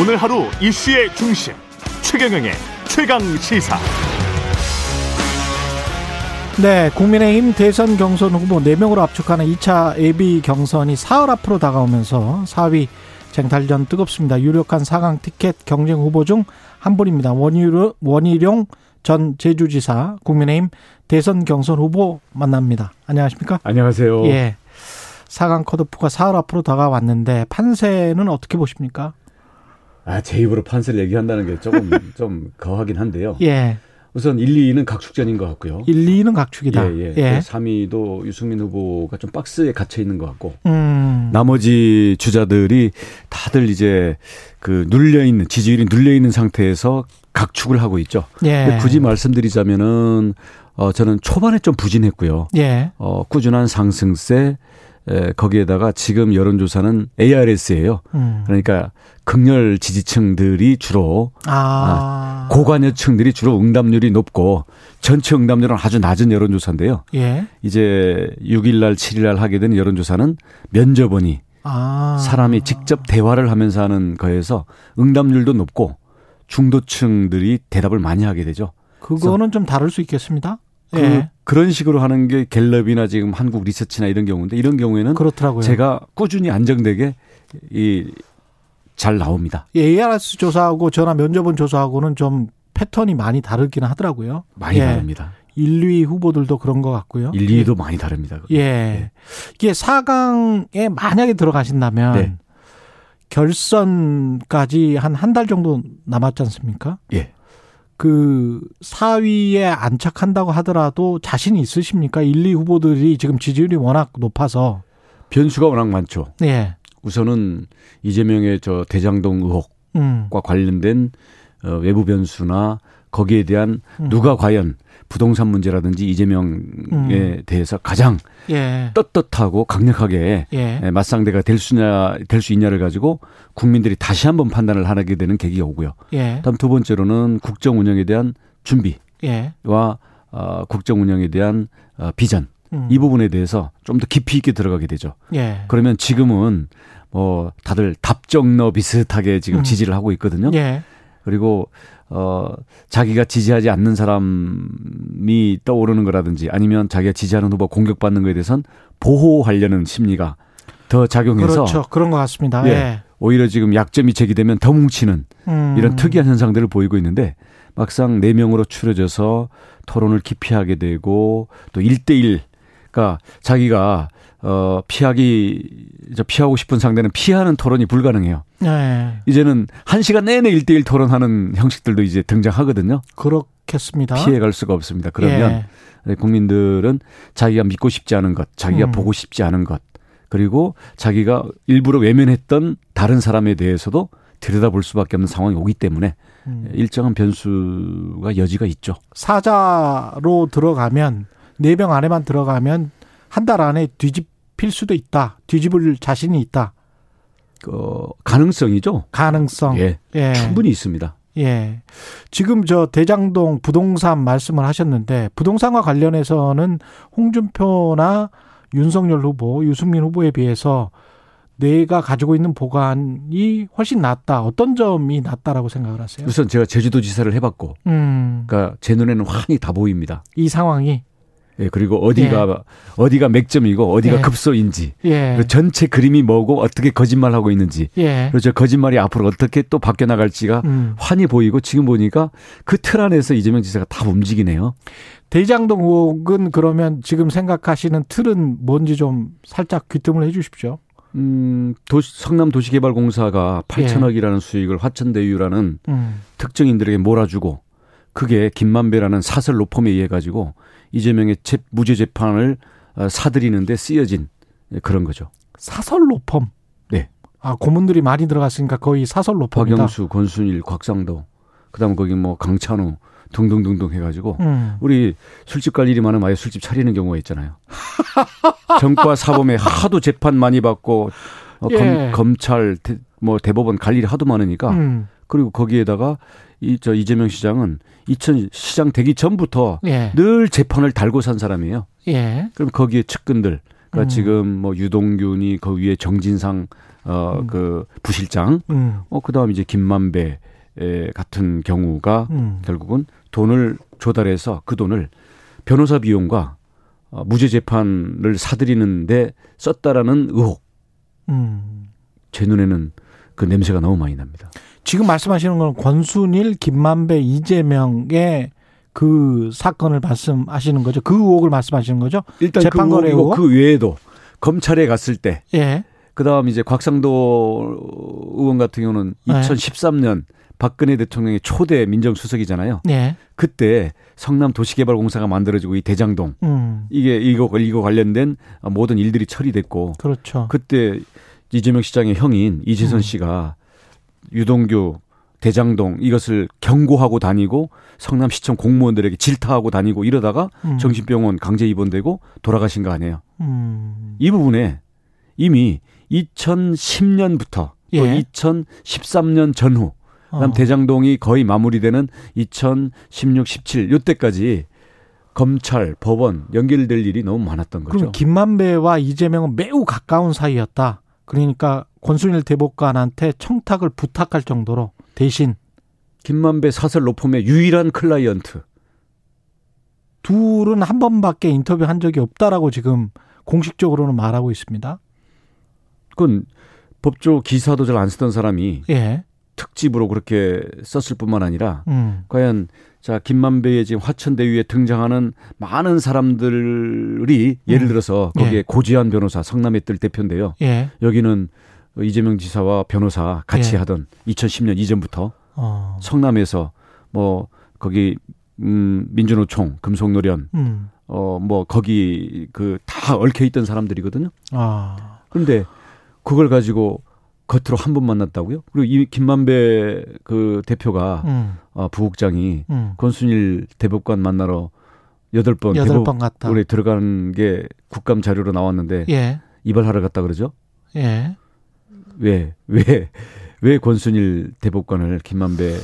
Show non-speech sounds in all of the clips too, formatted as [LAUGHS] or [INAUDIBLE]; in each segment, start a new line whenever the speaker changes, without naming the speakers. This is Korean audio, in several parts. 오늘 하루 이슈의 중심 최경영의 최강 시사.
네, 국민의힘 대선 경선 후보 4명으로 압축하는 2차 예비 경선이 사흘 앞으로 다가오면서 4위 쟁탈전 뜨겁습니다. 유력한 4강 티켓 경쟁 후보 중 한 분입니다. 원희룡, 원희룡 전 제주지사 국민의힘 대선 경선 후보 만납니다. 안녕하십니까?
어.
안녕하세요.
예. 4강 컷오프가 사흘 앞으로 다가왔는데 판세는 어떻게 보십니까?
아, 제 입으로 판세를 얘기한다는 게
[LAUGHS]
조금 좀 거하긴 한데요.
예.
우선 1, 2위는 각축전인 것 같고요.
1, 2는 각축이다.
예, 예. 3위도 유승민 후보가 좀 박스에 갇혀 있는 것 같고.
음.
나머지 주자들이 다들 이제 그 눌려 있는 지지율이 눌려 있는 상태에서 각축을 하고 있죠.
예.
근데 굳이 말씀드리자면은 어 저는 초반에 좀 부진했고요.
예.
어 꾸준한 상승세 에, 거기에다가 지금 여론조사는 ARS예요.
음.
그러니까 극렬 지지층들이 주로
아.
고관여층들이 주로 응답률이 높고 전체 응답률은 아주 낮은 여론조사인데요.
예.
이제 6일날 7일날 하게 된 여론조사는 면접원이
아.
사람이 직접 대화를 하면서 하는 거에서 응답률도 높고 중도층들이 대답을 많이 하게 되죠.
그거는 좀 다를 수 있겠습니다.
그,
예.
그런 식으로 하는 게 갤럽이나 지금 한국 리서치나 이런 경우인데 이런 경우에는
그렇더라고요.
제가 꾸준히 안정되게 이 잘 나옵니다.
예, ARS 조사하고 전화 면접원 조사하고는 좀 패턴이 많이 다르기는 하더라고요.
많이
예.
다릅니다.
1, 2 후보들도 그런 것 같고요.
1, 2위도 많이 다릅니다.
예.
네.
이게 4강에 만약에 들어가신다면
네.
결선까지 한 한 달 정도 남았지 않습니까?
예.
그 4위에 안착한다고 하더라도 자신이 있으십니까? 1, 2 후보들이 지금 지지율이 워낙 높아서.
변수가 워낙 많죠.
예.
우선은 이재명의 저 대장동 의혹
음.
과 관련된 어, 외부 변수나 거기에 대한 누가 과연 부동산 문제라든지 이재명에
음.
대해서 가장
예.
떳떳하고 강력하게
예.
에, 맞상대가 될 수냐 될 수 있냐를 가지고 국민들이 다시 한번 판단을 하게 되는 계기가 오고요.
예.
다음 두 번째로는 국정 운영에 대한 준비와
예.
어, 국정 운영에 대한 어, 비전
음.
이 부분에 대해서 좀 더 깊이 있게 들어가게 되죠.
예.
그러면 지금은 뭐 다들 답정너 비슷하게 지금
음.
지지를 하고 있거든요.
예.
그리고 어 자기가 지지하지 않는 사람이 떠오르는 거라든지 아니면 자기가 지지하는 후보 공격받는 거에 대해선 보호하려는 심리가 더 작용해서
그렇죠. 그런 것 같습니다.
예.
예.
오히려 지금 약점이 제기되면 더 뭉치는
음.
이런 특이한 현상들을 보이고 있는데 막상 네 명으로 추려져서 토론을 기피하게 되고 또 1대1 그러니까 자기가 어 피하기 저 피하고 싶은 상대는 피하는 토론이 불가능해요.
예.
이제는 한 시간 내내 1대1 토론하는 형식들도 이제 등장하거든요.
그렇겠습니다.
피해갈 수가 없습니다.
예.
그러면 국민들은 자기가 믿고 싶지 않은 것, 자기가
음.
보고 싶지 않은 것, 그리고 자기가 일부러 외면했던 다른 사람에 대해서도 들여다볼 수밖에 없는 상황이 오기 때문에
예. 음.
일정한 변수가 여지가 있죠.
사자로 들어가면 네 병 안에만 들어가면 한 달 안에 뒤집힐 수도 있다. 뒤집을 자신이 있다.
어, 가능성이죠.
가능성.
예,
예.
충분히 있습니다.
예. 지금 저 대장동 부동산 말씀을 하셨는데 부동산과 관련해서는 홍준표나 윤석열 후보, 유승민 후보에 비해서 내가 가지고 있는 보관이 훨씬 낫다. 어떤 점이 낫다라고 생각을 하세요?
우선 제가 제주도지사를 해봤고,
음.
그러니까 제 눈에는 환히 다 보입니다.
이 상황이
예, 그리고 어디가 어디가 맥점이고 어디가
예.
급소인지,
예.
그리고 전체 그림이 뭐고 어떻게 거짓말하고 있는지,
예.
그렇죠. 그리고 저 거짓말이 앞으로 어떻게 또 바뀌어 나갈지가
음.
환히 보이고 지금 보니까 그 틀 안에서 이재명 지사가 다 움직이네요.
대장동 의혹은 그러면 지금 생각하시는 틀은 뭔지 좀 살짝 귀뜸을 해 주십시오.
음, 도시, 성남 도시개발공사가 8천억이라는 수익을 화천대유라는
음.
특정인들에게 몰아주고 그게 김만배라는 사설 로펌에 의해 가지고 이재명의 재- 무죄 재판을 어, 사들이는데 쓰여진 그런 거죠.
사설 로펌.
네.
아, 고문들이 많이 들어갔으니까 거의 사설 로펌이다.
박영수, 권순일, 곽상도, 그다음 거기 뭐 강찬우 등등등등 해가지고
음.
우리 술집 갈 일이 많으면 아예 술집 차리는 경우가 있잖아요. [LAUGHS] 정과 사범에 하도 재판 많이 받고 어,
예.
검, 찰뭐 대법원 갈 일이 하도 많으니까
음.
그리고 거기에다가 이 저 이재명 시장은 2000 시장 되기 전부터
예.
늘 재판을 달고 산 사람이에요.
예.
그럼 거기에 측근들 그러니까 지금 뭐 유동균이 그 위에 정진상 어 그 부실장
음.
어 그다음 이제 김만배 에, 같은 경우가
음.
결국은 돈을 조달해서 그 돈을 변호사 비용과 어, 무죄 재판을 사들이는데 썼다라는 의혹
음.
제 눈에는 그 냄새가 너무 많이 납니다.
지금 말씀하시는 건 권순일, 김만배, 이재명의 그 사건을 말씀하시는 거죠. 그 의혹을 말씀하시는 거죠.
일단 그
재판거래
의혹이고
의혹?
그 외에도 검찰에 갔을 때
예.
그다음 이제 곽상도 의원 같은 경우는
네.
2013년 박근혜 대통령의 초대 민정수석이잖아요.
예.
그때 성남 도시개발공사가 만들어지고 이 대장동
음.
이게 이거 이거 관련된 모든 일들이 처리됐고
그렇죠.
그때 이재명 시장의 형인 이재선
음.
씨가 유동규 대장동 이것을 경고하고 다니고 성남시청 공무원들에게 질타하고 다니고 이러다가
음.
정신병원 강제 입원되고 돌아가신 거 아니에요.
음.
이 부분에 이미 2010년부터 또
예.
2013년 전후 그다음
어.
대장동이 거의 마무리되는 2016, 17 요때까지 검찰, 법원 연결될 일이 너무 많았던 거죠.
그럼 김만배와 이재명은 매우 가까운 사이였다. 그러니까 권순일 대법관한테 청탁을 부탁할 정도로 대신
김만배 사설 로펌의 유일한 클라이언트.
둘은 한 번밖에 인터뷰 한 적이 없다라고 지금 공식적으로는 말하고 있습니다.
그건 법조 기사도 잘 안 쓰던 사람이
예.
특집으로 그렇게 썼을 뿐만 아니라
음.
과연 자 김만배의 지금 화천대유에 등장하는 많은 사람들이 예를
음.
들어서
예.
거기에 고지한 변호사 성남의 뜰 대표인데요.
예.
여기는 이재명 지사와 변호사 같이
예.
하던 2010년 이전부터
어.
성남에서 뭐 거기 음 민주노총, 금속노련
음.
어 뭐 거기 그 다 얽혀 있던 사람들이거든요.
아.
그런데 그걸 가지고 겉으로 한 번 만났다고요? 그리고 이 김만배 그 대표가
음.
어, 부국장이
음.
권순일 대법관 만나러 여덟 번
여덟 번 갔다.
대법원에 들어간 게 국감 자료로 나왔는데
예.
이발하러 갔다 그러죠?
예.
왜? 왜? 왜 권순일 대법관을 김만배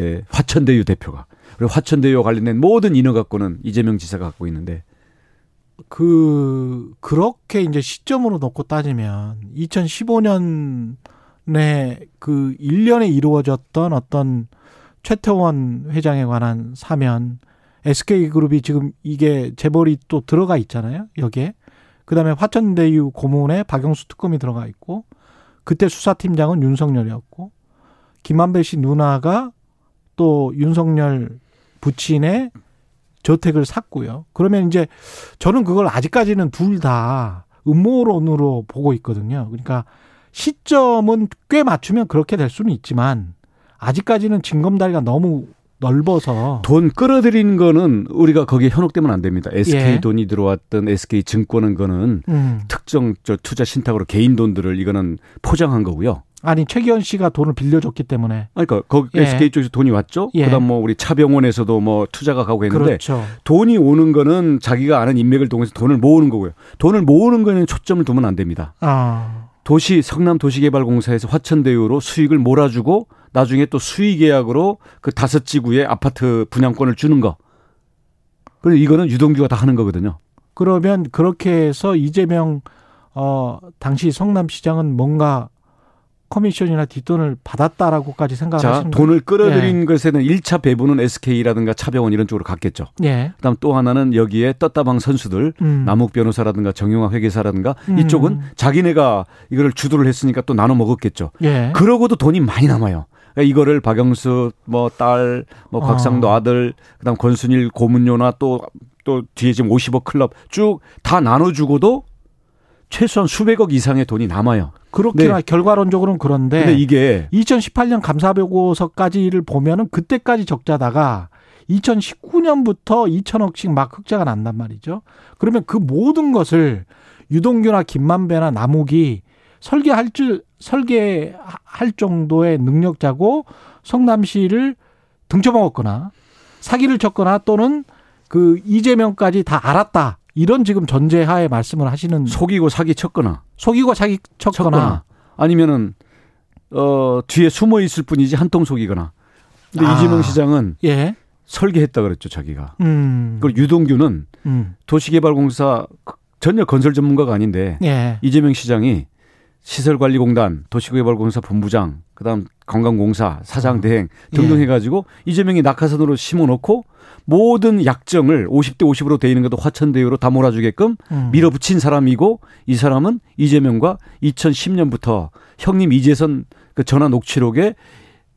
예, 화천대유 대표가 그리고 화천대유와 관련된 모든 인허 갖고는 이재명 지사가 갖고 있는데
그 그렇게 이제 시점으로 놓고 따지면 2015년에 그 1년에 이루어졌던 어떤 최태원 회장에 관한 사면 SK 그룹이 지금 이게 재벌이 또 들어가 있잖아요. 여기에. 그다음에 화천대유 고문에 박영수 특검이 들어가 있고 그때 수사팀장은 윤석열이었고 김만배 씨 누나가 또 윤석열 부친의 저택을 샀고요. 그러면 이제 저는 그걸 아직까지는 둘 다 음모론으로 보고 있거든요. 그러니까 시점은 꽤 맞추면 그렇게 될 수는 있지만 아직까지는 징검다리가 너무 넓어서
돈 끌어들이는 거는 우리가 거기에 현혹되면 안 됩니다. SK
예.
돈이 들어왔던 SK 증권은 거는
음.
특정 저 투자 신탁으로 개인 돈들을 이거는 포장한 거고요.
아니 최기현 씨가 돈을 빌려줬기 때문에
아니, 그러니까 거기
예.
SK 쪽에서 돈이 왔죠.
예.
그다음 뭐 우리 차병원에서도 뭐 투자가 가고 했는데
그렇죠.
돈이 오는 거는 자기가 아는 인맥을 통해서 돈을 모으는 거고요. 돈을 모으는 거에는 초점을 두면 안 됩니다.
아,
도시 성남 도시개발공사에서 화천대유로 수익을 몰아주고 나중에 또 수의 계약으로 그 다섯 지구의 아파트 분양권을 주는 거. 그리고 이거는 유동규가 다 하는 거거든요.
그러면 그렇게 해서 이재명 어 당시 성남시장은 뭔가 커미션이나 뒷돈을 받았다라고까지 예.
자,
생각하시는
돈을 끌어들인 것에는 1차 배분은 SK라든가 차병원 이런 쪽으로 갔겠죠.
예.
그다음 또 하나는 여기에 떴다방 선수들
음.
남욱 변호사라든가 정용학 회계사라든가
음.
이쪽은 자기네가 이거를 주도를 했으니까 또 나눠 먹었겠죠.
예.
그러고도 돈이 많이 남아요. 그러니까 이거를 박영수 뭐 딸, 뭐
어.
곽상도 아들, 그다음 권순일 고문료나 또 또 뒤에 지금 50억 클럽 쭉 다 나눠주고도 최소한 수백억 이상의 돈이 남아요.
그렇게나 결과론적으로는 그런데
네. 근데 이게
2018년 감사보고서까지를 보면은 그때까지 적자다가 2019년부터 2천억씩 막 흑자가 난단 말이죠. 그러면 그 모든 것을 유동규나 김만배나 남욱이 설계할 줄 설계할 정도의 능력자고 성남시를 등쳐먹었거나 사기를 쳤거나 또는 그 이재명까지 다 알았다. 이런 지금 전제하에 말씀을 하시는
속이고 사기 쳤거나
속이고 사기 음. 쳤거나
쳤거나 아니면은 어 뒤에 숨어 있을 뿐이지 한통 속이거나. 근데
아.
이재명 시장은
예.
설계했다 그랬죠 자기가.
음.
그리고 유동규는
음.
도시개발공사 전혀 건설 전문가가 아닌데
예.
이재명 시장이 시설관리공단, 도시개발공사 본부장, 그다음 관광공사 사장 대행 등등
예.
해가지고 이재명이 낙하산으로 심어놓고 모든 약정을 50대 50으로 돼 있는 것도 화천대유로 다 몰아주게끔
음.
밀어붙인 사람이고 이 사람은 이재명과 2010년부터 형님 이재선 그 전화 녹취록에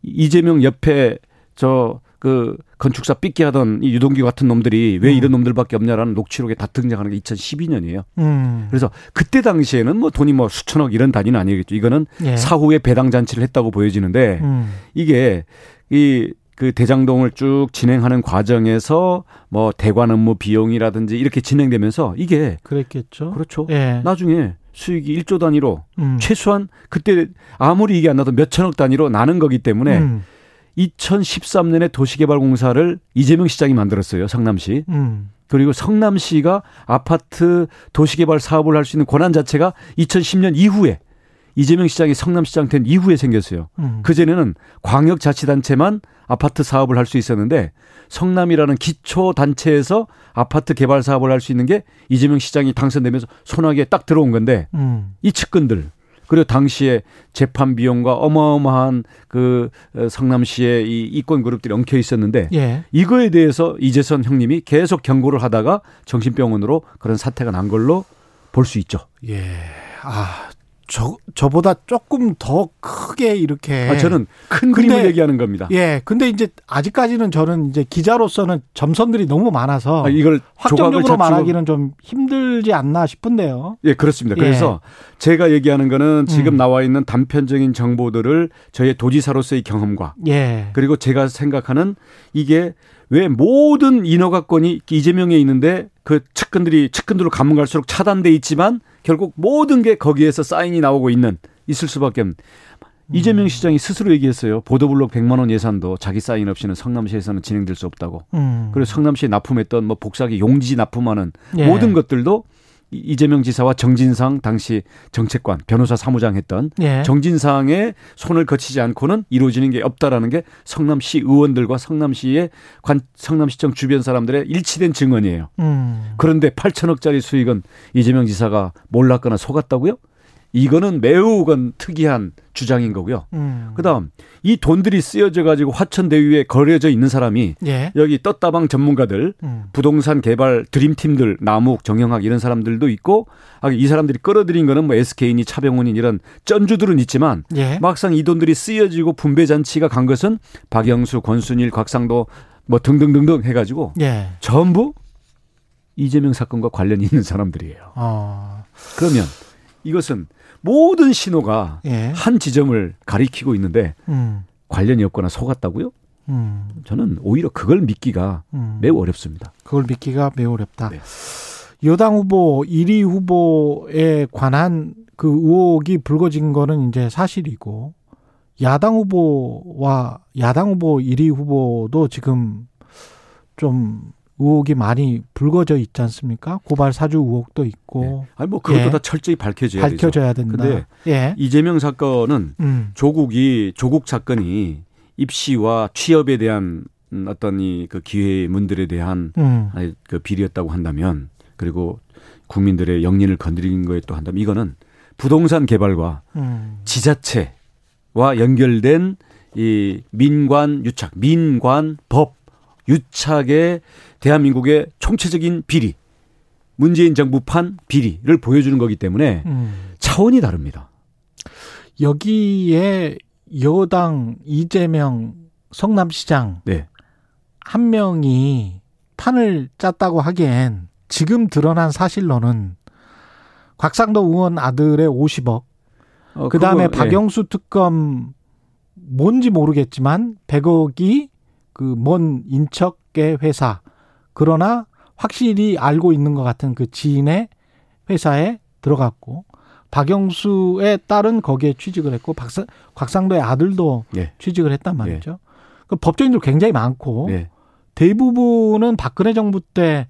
이재명 옆에 저 그 건축사 삐끼하던 이 유동규 같은 놈들이 왜 이런 놈들밖에 없냐라는 녹취록에 다 등장하는 게 2012년이에요.
음.
그래서 그때 당시에는 뭐 돈이 뭐 수천억 이런 단위는 아니겠죠. 이거는
예.
사후에 배당 잔치를 했다고 보여지는데
음.
이게 이 그 대장동을 쭉 진행하는 과정에서 뭐 대관 업무 비용이라든지 이렇게 진행되면서 이게
그랬겠죠.
그렇죠.
예.
나중에 수익이 1조 단위로
음.
최소한 그때 아무리 이게 안 나도 몇천억 단위로 나는 거기 때문에
음.
2013년에 도시개발공사를 이재명 시장이 만들었어요. 성남시.
음.
그리고 성남시가 아파트 도시개발 사업을 할 수 있는 권한 자체가 2010년 이후에 이재명 시장이 성남시장 된 이후에 생겼어요.
음.
그전에는 광역자치단체만 아파트 사업을 할 수 있었는데 성남이라는 기초단체에서 아파트 개발 사업을 할 수 있는 게 이재명 시장이 당선되면서 손아귀에 딱 들어온 건데
음.
이 측근들 그리고 당시에 재판 비용과 어마어마한 그 어, 성남시의 이 이권 그룹들이 엉켜 있었는데
예.
이거에 대해서 이재선 형님이 계속 경고를 하다가 정신병원으로 그런 사태가 난 걸로 볼 수 있죠.
예. 아, 저 저보다 조금 더 크게 이렇게
아, 저는 큰
근데-
그림을 얘기하는 겁니다.
예. 근데 이제 아직까지는 저는 이제 기자로서는 점선들이 너무 많아서
아, 이걸 조각을
확정적으로
자추고-
말하기는 좀 힘들지 않나 싶은데요.
예, 그렇습니다.
예.
그래서 제가 얘기하는 거는 지금
음.
나와 있는 단편적인 정보들을 저의 도지사로서의 경험과
예.
그리고 제가 생각하는 이게 왜 모든 인허가권이 이재명에 있는데 그 측근들이 측근들로 가면 갈수록 차단돼 있지만 결국 모든 게 거기에서 사인이 나오고 있는 있을 수밖에 없는 이재명 시장이 스스로 얘기했어요. 보도블록 100만 원 예산도 자기 사인 없이는 성남시에서는 진행될 수 없다고.
음.
그리고 성남시에 납품했던 뭐 복사기 용지 납품하는
예.
모든 것들도 이- 이재명 지사와 정진상 당시 정책관 변호사 사무장 했던
예.
정진상의 손을 거치지 않고는 이루어지는 게 없다라는 게 성남시 의원들과 성남시의 관 성남시청 주변 사람들의 일치된 증언이에요.
음.
그런데 8천억짜리 수익은 이재명 지사가 몰랐거나 속았다고요? 이거는 매우 건 특이한 주장인 거고요.
음.
그다음 이 돈들이 쓰여져 가지고 화천대유에 거려져 있는 사람이
예.
여기 떴다방 전문가들
음.
부동산 개발 드림팀들 남욱 정영학 이런 사람들도 있고 아, 이 사람들이 끌어들인 거는 뭐 SK니 차병원인 이런 쩐주들은 있지만
예.
막상 이 돈들이 쓰여지고 분배 잔치가 간 것은 박영수, 권순일, 곽상도 뭐 등등등등 해가지고
예.
전부 이재명 사건과 관련이 있는 사람들이에요.
어.
그러면 이것은 모든 신호가
예.
한 지점을 가리키고 있는데
음.
관련이 없거나 속았다고요?
음.
저는 오히려 그걸 믿기가
음.
매우 어렵습니다.
그걸 믿기가 매우 어렵다.
네.
여당 후보 1위 후보에 관한 그 의혹이 불거진 거는 이제 사실이고 야당 후보와 야당 후보 1위 후보도 지금 좀 의혹이 많이 불거져 있지 않습니까? 고발 사주 의혹도 있고
아니 뭐 그것도
예.
다 철저히 밝혀져야 되죠.
밝혀져야 된다.
근데
예.
이재명 사건은
음.
조국이 조국 사건이 입시와 취업에 대한 음, 어떤 이 그 기회문들에 대한
음.
아니, 그 비리였다고 한다면 그리고 국민들의 영린을 건드린 거에 또 한다면 이거는 부동산 개발과
음.
지자체와 연결된 이 민관 유착, 민관 법 유착의 대한민국의 총체적인 비리, 문재인 정부판 비리를 보여주는 거기 때문에
음.
차원이 다릅니다.
여기에 여당 이재명 성남시장
네.
한 명이 판을 짰다고 하기엔 지금 드러난 사실로는 곽상도 의원 아들의 50억,
어,
그 다음에
그거, 예.
박영수 특검 뭔지 모르겠지만 100억이 그 먼 인척의 회사, 그러나 확실히 알고 있는 것 같은 그 지인의 회사에 들어갔고, 박영수의 딸은 거기에 취직을 했고, 박사, 곽상도의 아들도
예.
취직을 했단 말이죠. 그 법조인들 굉장히 많고,
네.
대부분은 박근혜 정부 때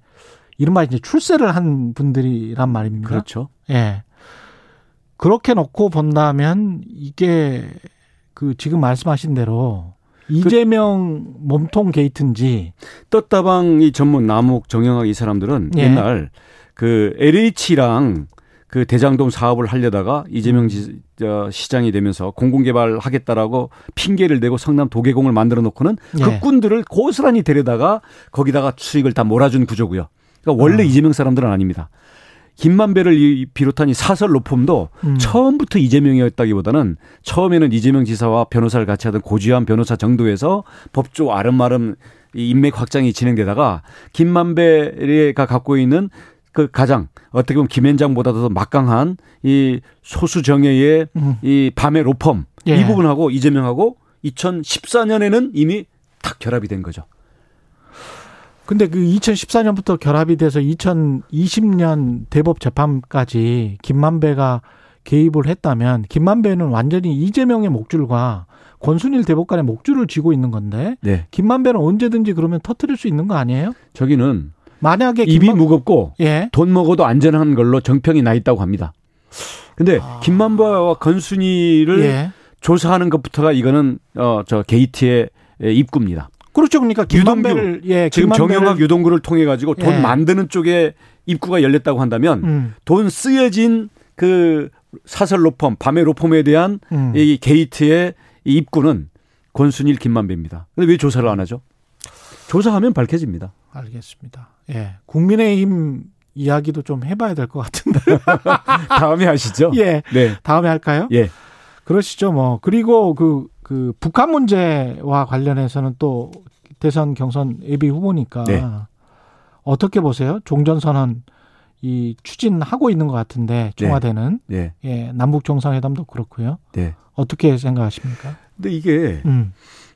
이른바 이제 출세를 한 분들이란 말입니다.
그렇죠.
예. 그렇게 놓고 본다면 이게 그 지금 말씀하신 대로
그
이재명 몸통 게이트인지
떴다방 이 전문 남욱 정영학 이 사람들은
예.
옛날 그 LH랑 그 대장동 사업을 하려다가
음.
이재명 지, 어, 시장이 되면서 공공개발 하겠다라고 핑계를 대고 성남 도계공을 만들어 놓고는 그
예.
극군들을 고스란히 데려다가 거기다가 수익을 다 몰아준 구조고요.
아.
그러니까 원래 이재명 사람들은 아닙니다. 김만배를 이- 비롯한 이 사설 로펌도
음.
처음부터 이재명이었다기보다는 처음에는 이재명 지사와 변호사를 같이 하던 고지한 변호사 정도에서 법조 아름마름 이 인맥 확장이 진행되다가 김만배가 갖고 있는 그 가장 어떻게 보면 김현장보다도 더 막강한 이 소수 정예의
음.
이 밤의 로펌
예.
이 부분하고 이재명하고 2014년에는 이미 탁 결합이 된 거죠.
근데 그 2014년부터 결합이 돼서 2020년 대법 재판까지 김만배가 개입을 했다면 김만배는 완전히 이재명의 목줄과 권순일 대법관의 목줄을 쥐고 있는 건데
네.
김만배는 언제든지 그러면 터트릴 수 있는 거 아니에요?
저기는
만약에
입이
김만-
무겁고
예.
돈 먹어도 안전한 걸로 정평이 나 있다고 합니다. 근데 김만배와 건순이를
아. 예.
조사하는 것부터가 이거는 어 저 게이트의 예, 입구입니다.
그렇죠. 그러니까
유동규.
김만배를 예,
지금
김만배를-
정영학 유동구를 통해 가지고 돈
예.
만드는 쪽에 입구가 열렸다고 한다면
음.
돈 쓰여진 그 사설 로펌, 밤의 로펌에 대한
음.
이 게이트의 이 입구는 권순일 김만배입니다. 근데 왜 조사를 안 하죠? 조사하면 밝혀집니다.
알겠습니다. 예. 국민의힘 이야기도 좀 해봐야 될 것 같은데.
다음에 하시죠.
아. 예.
네.
다음에 할까요?
예.
그러시죠 뭐 그리고 그, 그 북한 문제와 관련해서는 또 대선 경선 예비 후보니까
네.
어떻게 보세요 종전 선언 이 추진하고 있는 것 같은데 청와대는
네.
예 남북 정상회담도 그렇고요
네. 예.
어떻게 생각하십니까
근데 이게
음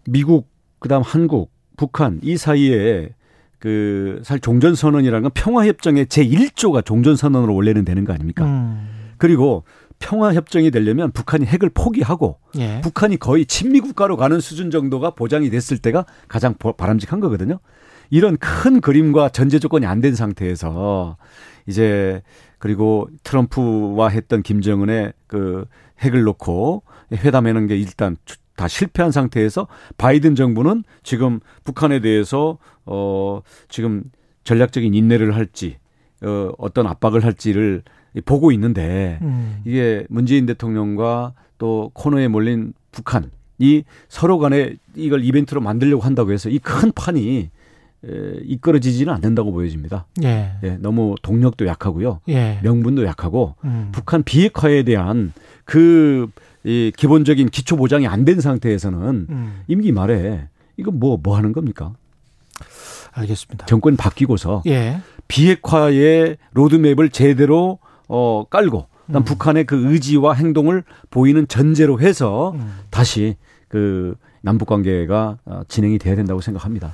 미국 그다음 한국, 북한 이 사이에 그 사실 종전 선언이라는 건 평화 협정의 제 1조가 종전 선언으로 원래는 되는 거 아닙니까?
음,
그리고 평화 협정이 되려면 북한이 핵을 포기하고
예.
북한이 거의 친미 국가로 가는 수준 정도가 보장이 됐을 때가 가장 보- 바람직한 거거든요. 이런 큰 그림과 전제 조건이 안 된 상태에서 이제 그리고 트럼프와 했던 김정은의 그 핵을 놓고 회담하는 게 일단 추- 다 실패한 상태에서 바이든 정부는 지금 북한에 대해서 어 지금 전략적인 인내를 할지 어 어떤 압박을 할지를 보고 있는데
음,
이게 문재인 대통령과 또 코너에 몰린 북한 이 서로 간에 이걸 이벤트로 만들려고 한다고 해서 이 큰 판이 에, 이끌어지지는 않는다고 보여집니다.
예.
예, 너무 동력도 약하고요.
예.
명분도 약하고
음,
북한 비핵화에 대한 그 이 기본적인 기초 보장이 안 된 상태에서는
음,
임기 말에 이거 뭐 뭐 하는 겁니까?
알겠습니다
정권 바뀌고서
예
비핵화의 로드맵을 제대로 어 깔고 그다음
음.
북한의 그 의지와 행동을 보이는 전제로 해서
음.
다시 그 남북 관계가 어, 진행이 돼야 된다고 생각합니다.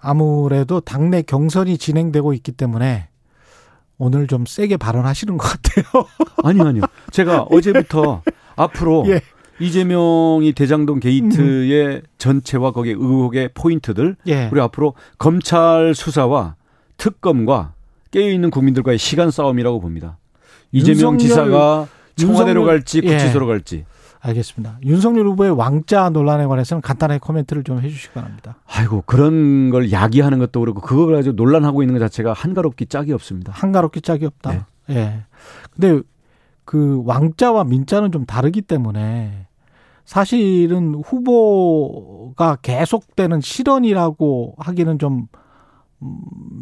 아무래도 당내 경선이 진행되고 있기 때문에 오늘 좀 세게 발언하시는 것
[LAUGHS]
같아요.
아니 아니요. 제가
[LAUGHS]
어제부터 앞으로
예. 음.
이재명이 대장동 게이트의 전체와 거기 의혹의 포인트들
예.
우리 앞으로 검찰 수사와 특검과 깨어 있는 국민들과의 시간 싸움이라고 봅니다. 이재명
윤석열-
지사가 청와대로
윤석열-
갈지
예.
구치소로 갈지
알겠습니다. 윤석열 후보의 왕자 논란에 관해서는 간단하게 코멘트를 좀 해주시기 바랍니다.
아이고 그런 걸 야기하는 것도 그렇고 그걸 가지고 논란하고 있는 것 자체가 한가롭기 짝이 없습니다.
한가롭기 짝이 없다.
네.
예. 근데 그 왕자와 민자는 좀 다르기 때문에 사실은 후보가 계속되는 실언이라고 하기는 좀, 음,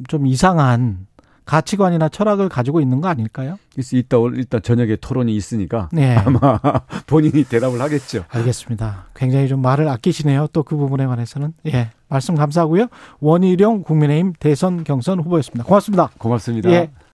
좀 이상한 가치관이나 철학을 가지고 있는 거 아닐까요?
있- 이따 올- 일단 저녁에 토론이 있으니까
네.
[LAUGHS] 아마 본인이 대답을 하겠죠.
알겠습니다. 굉장히 좀 말을 아끼시네요. 또 그 부분에 관해서는. 예. 말씀 감사하고요. 원희룡 국민의힘 대선 경선 후보였습니다. 고맙습니다.
고맙습니다.
예.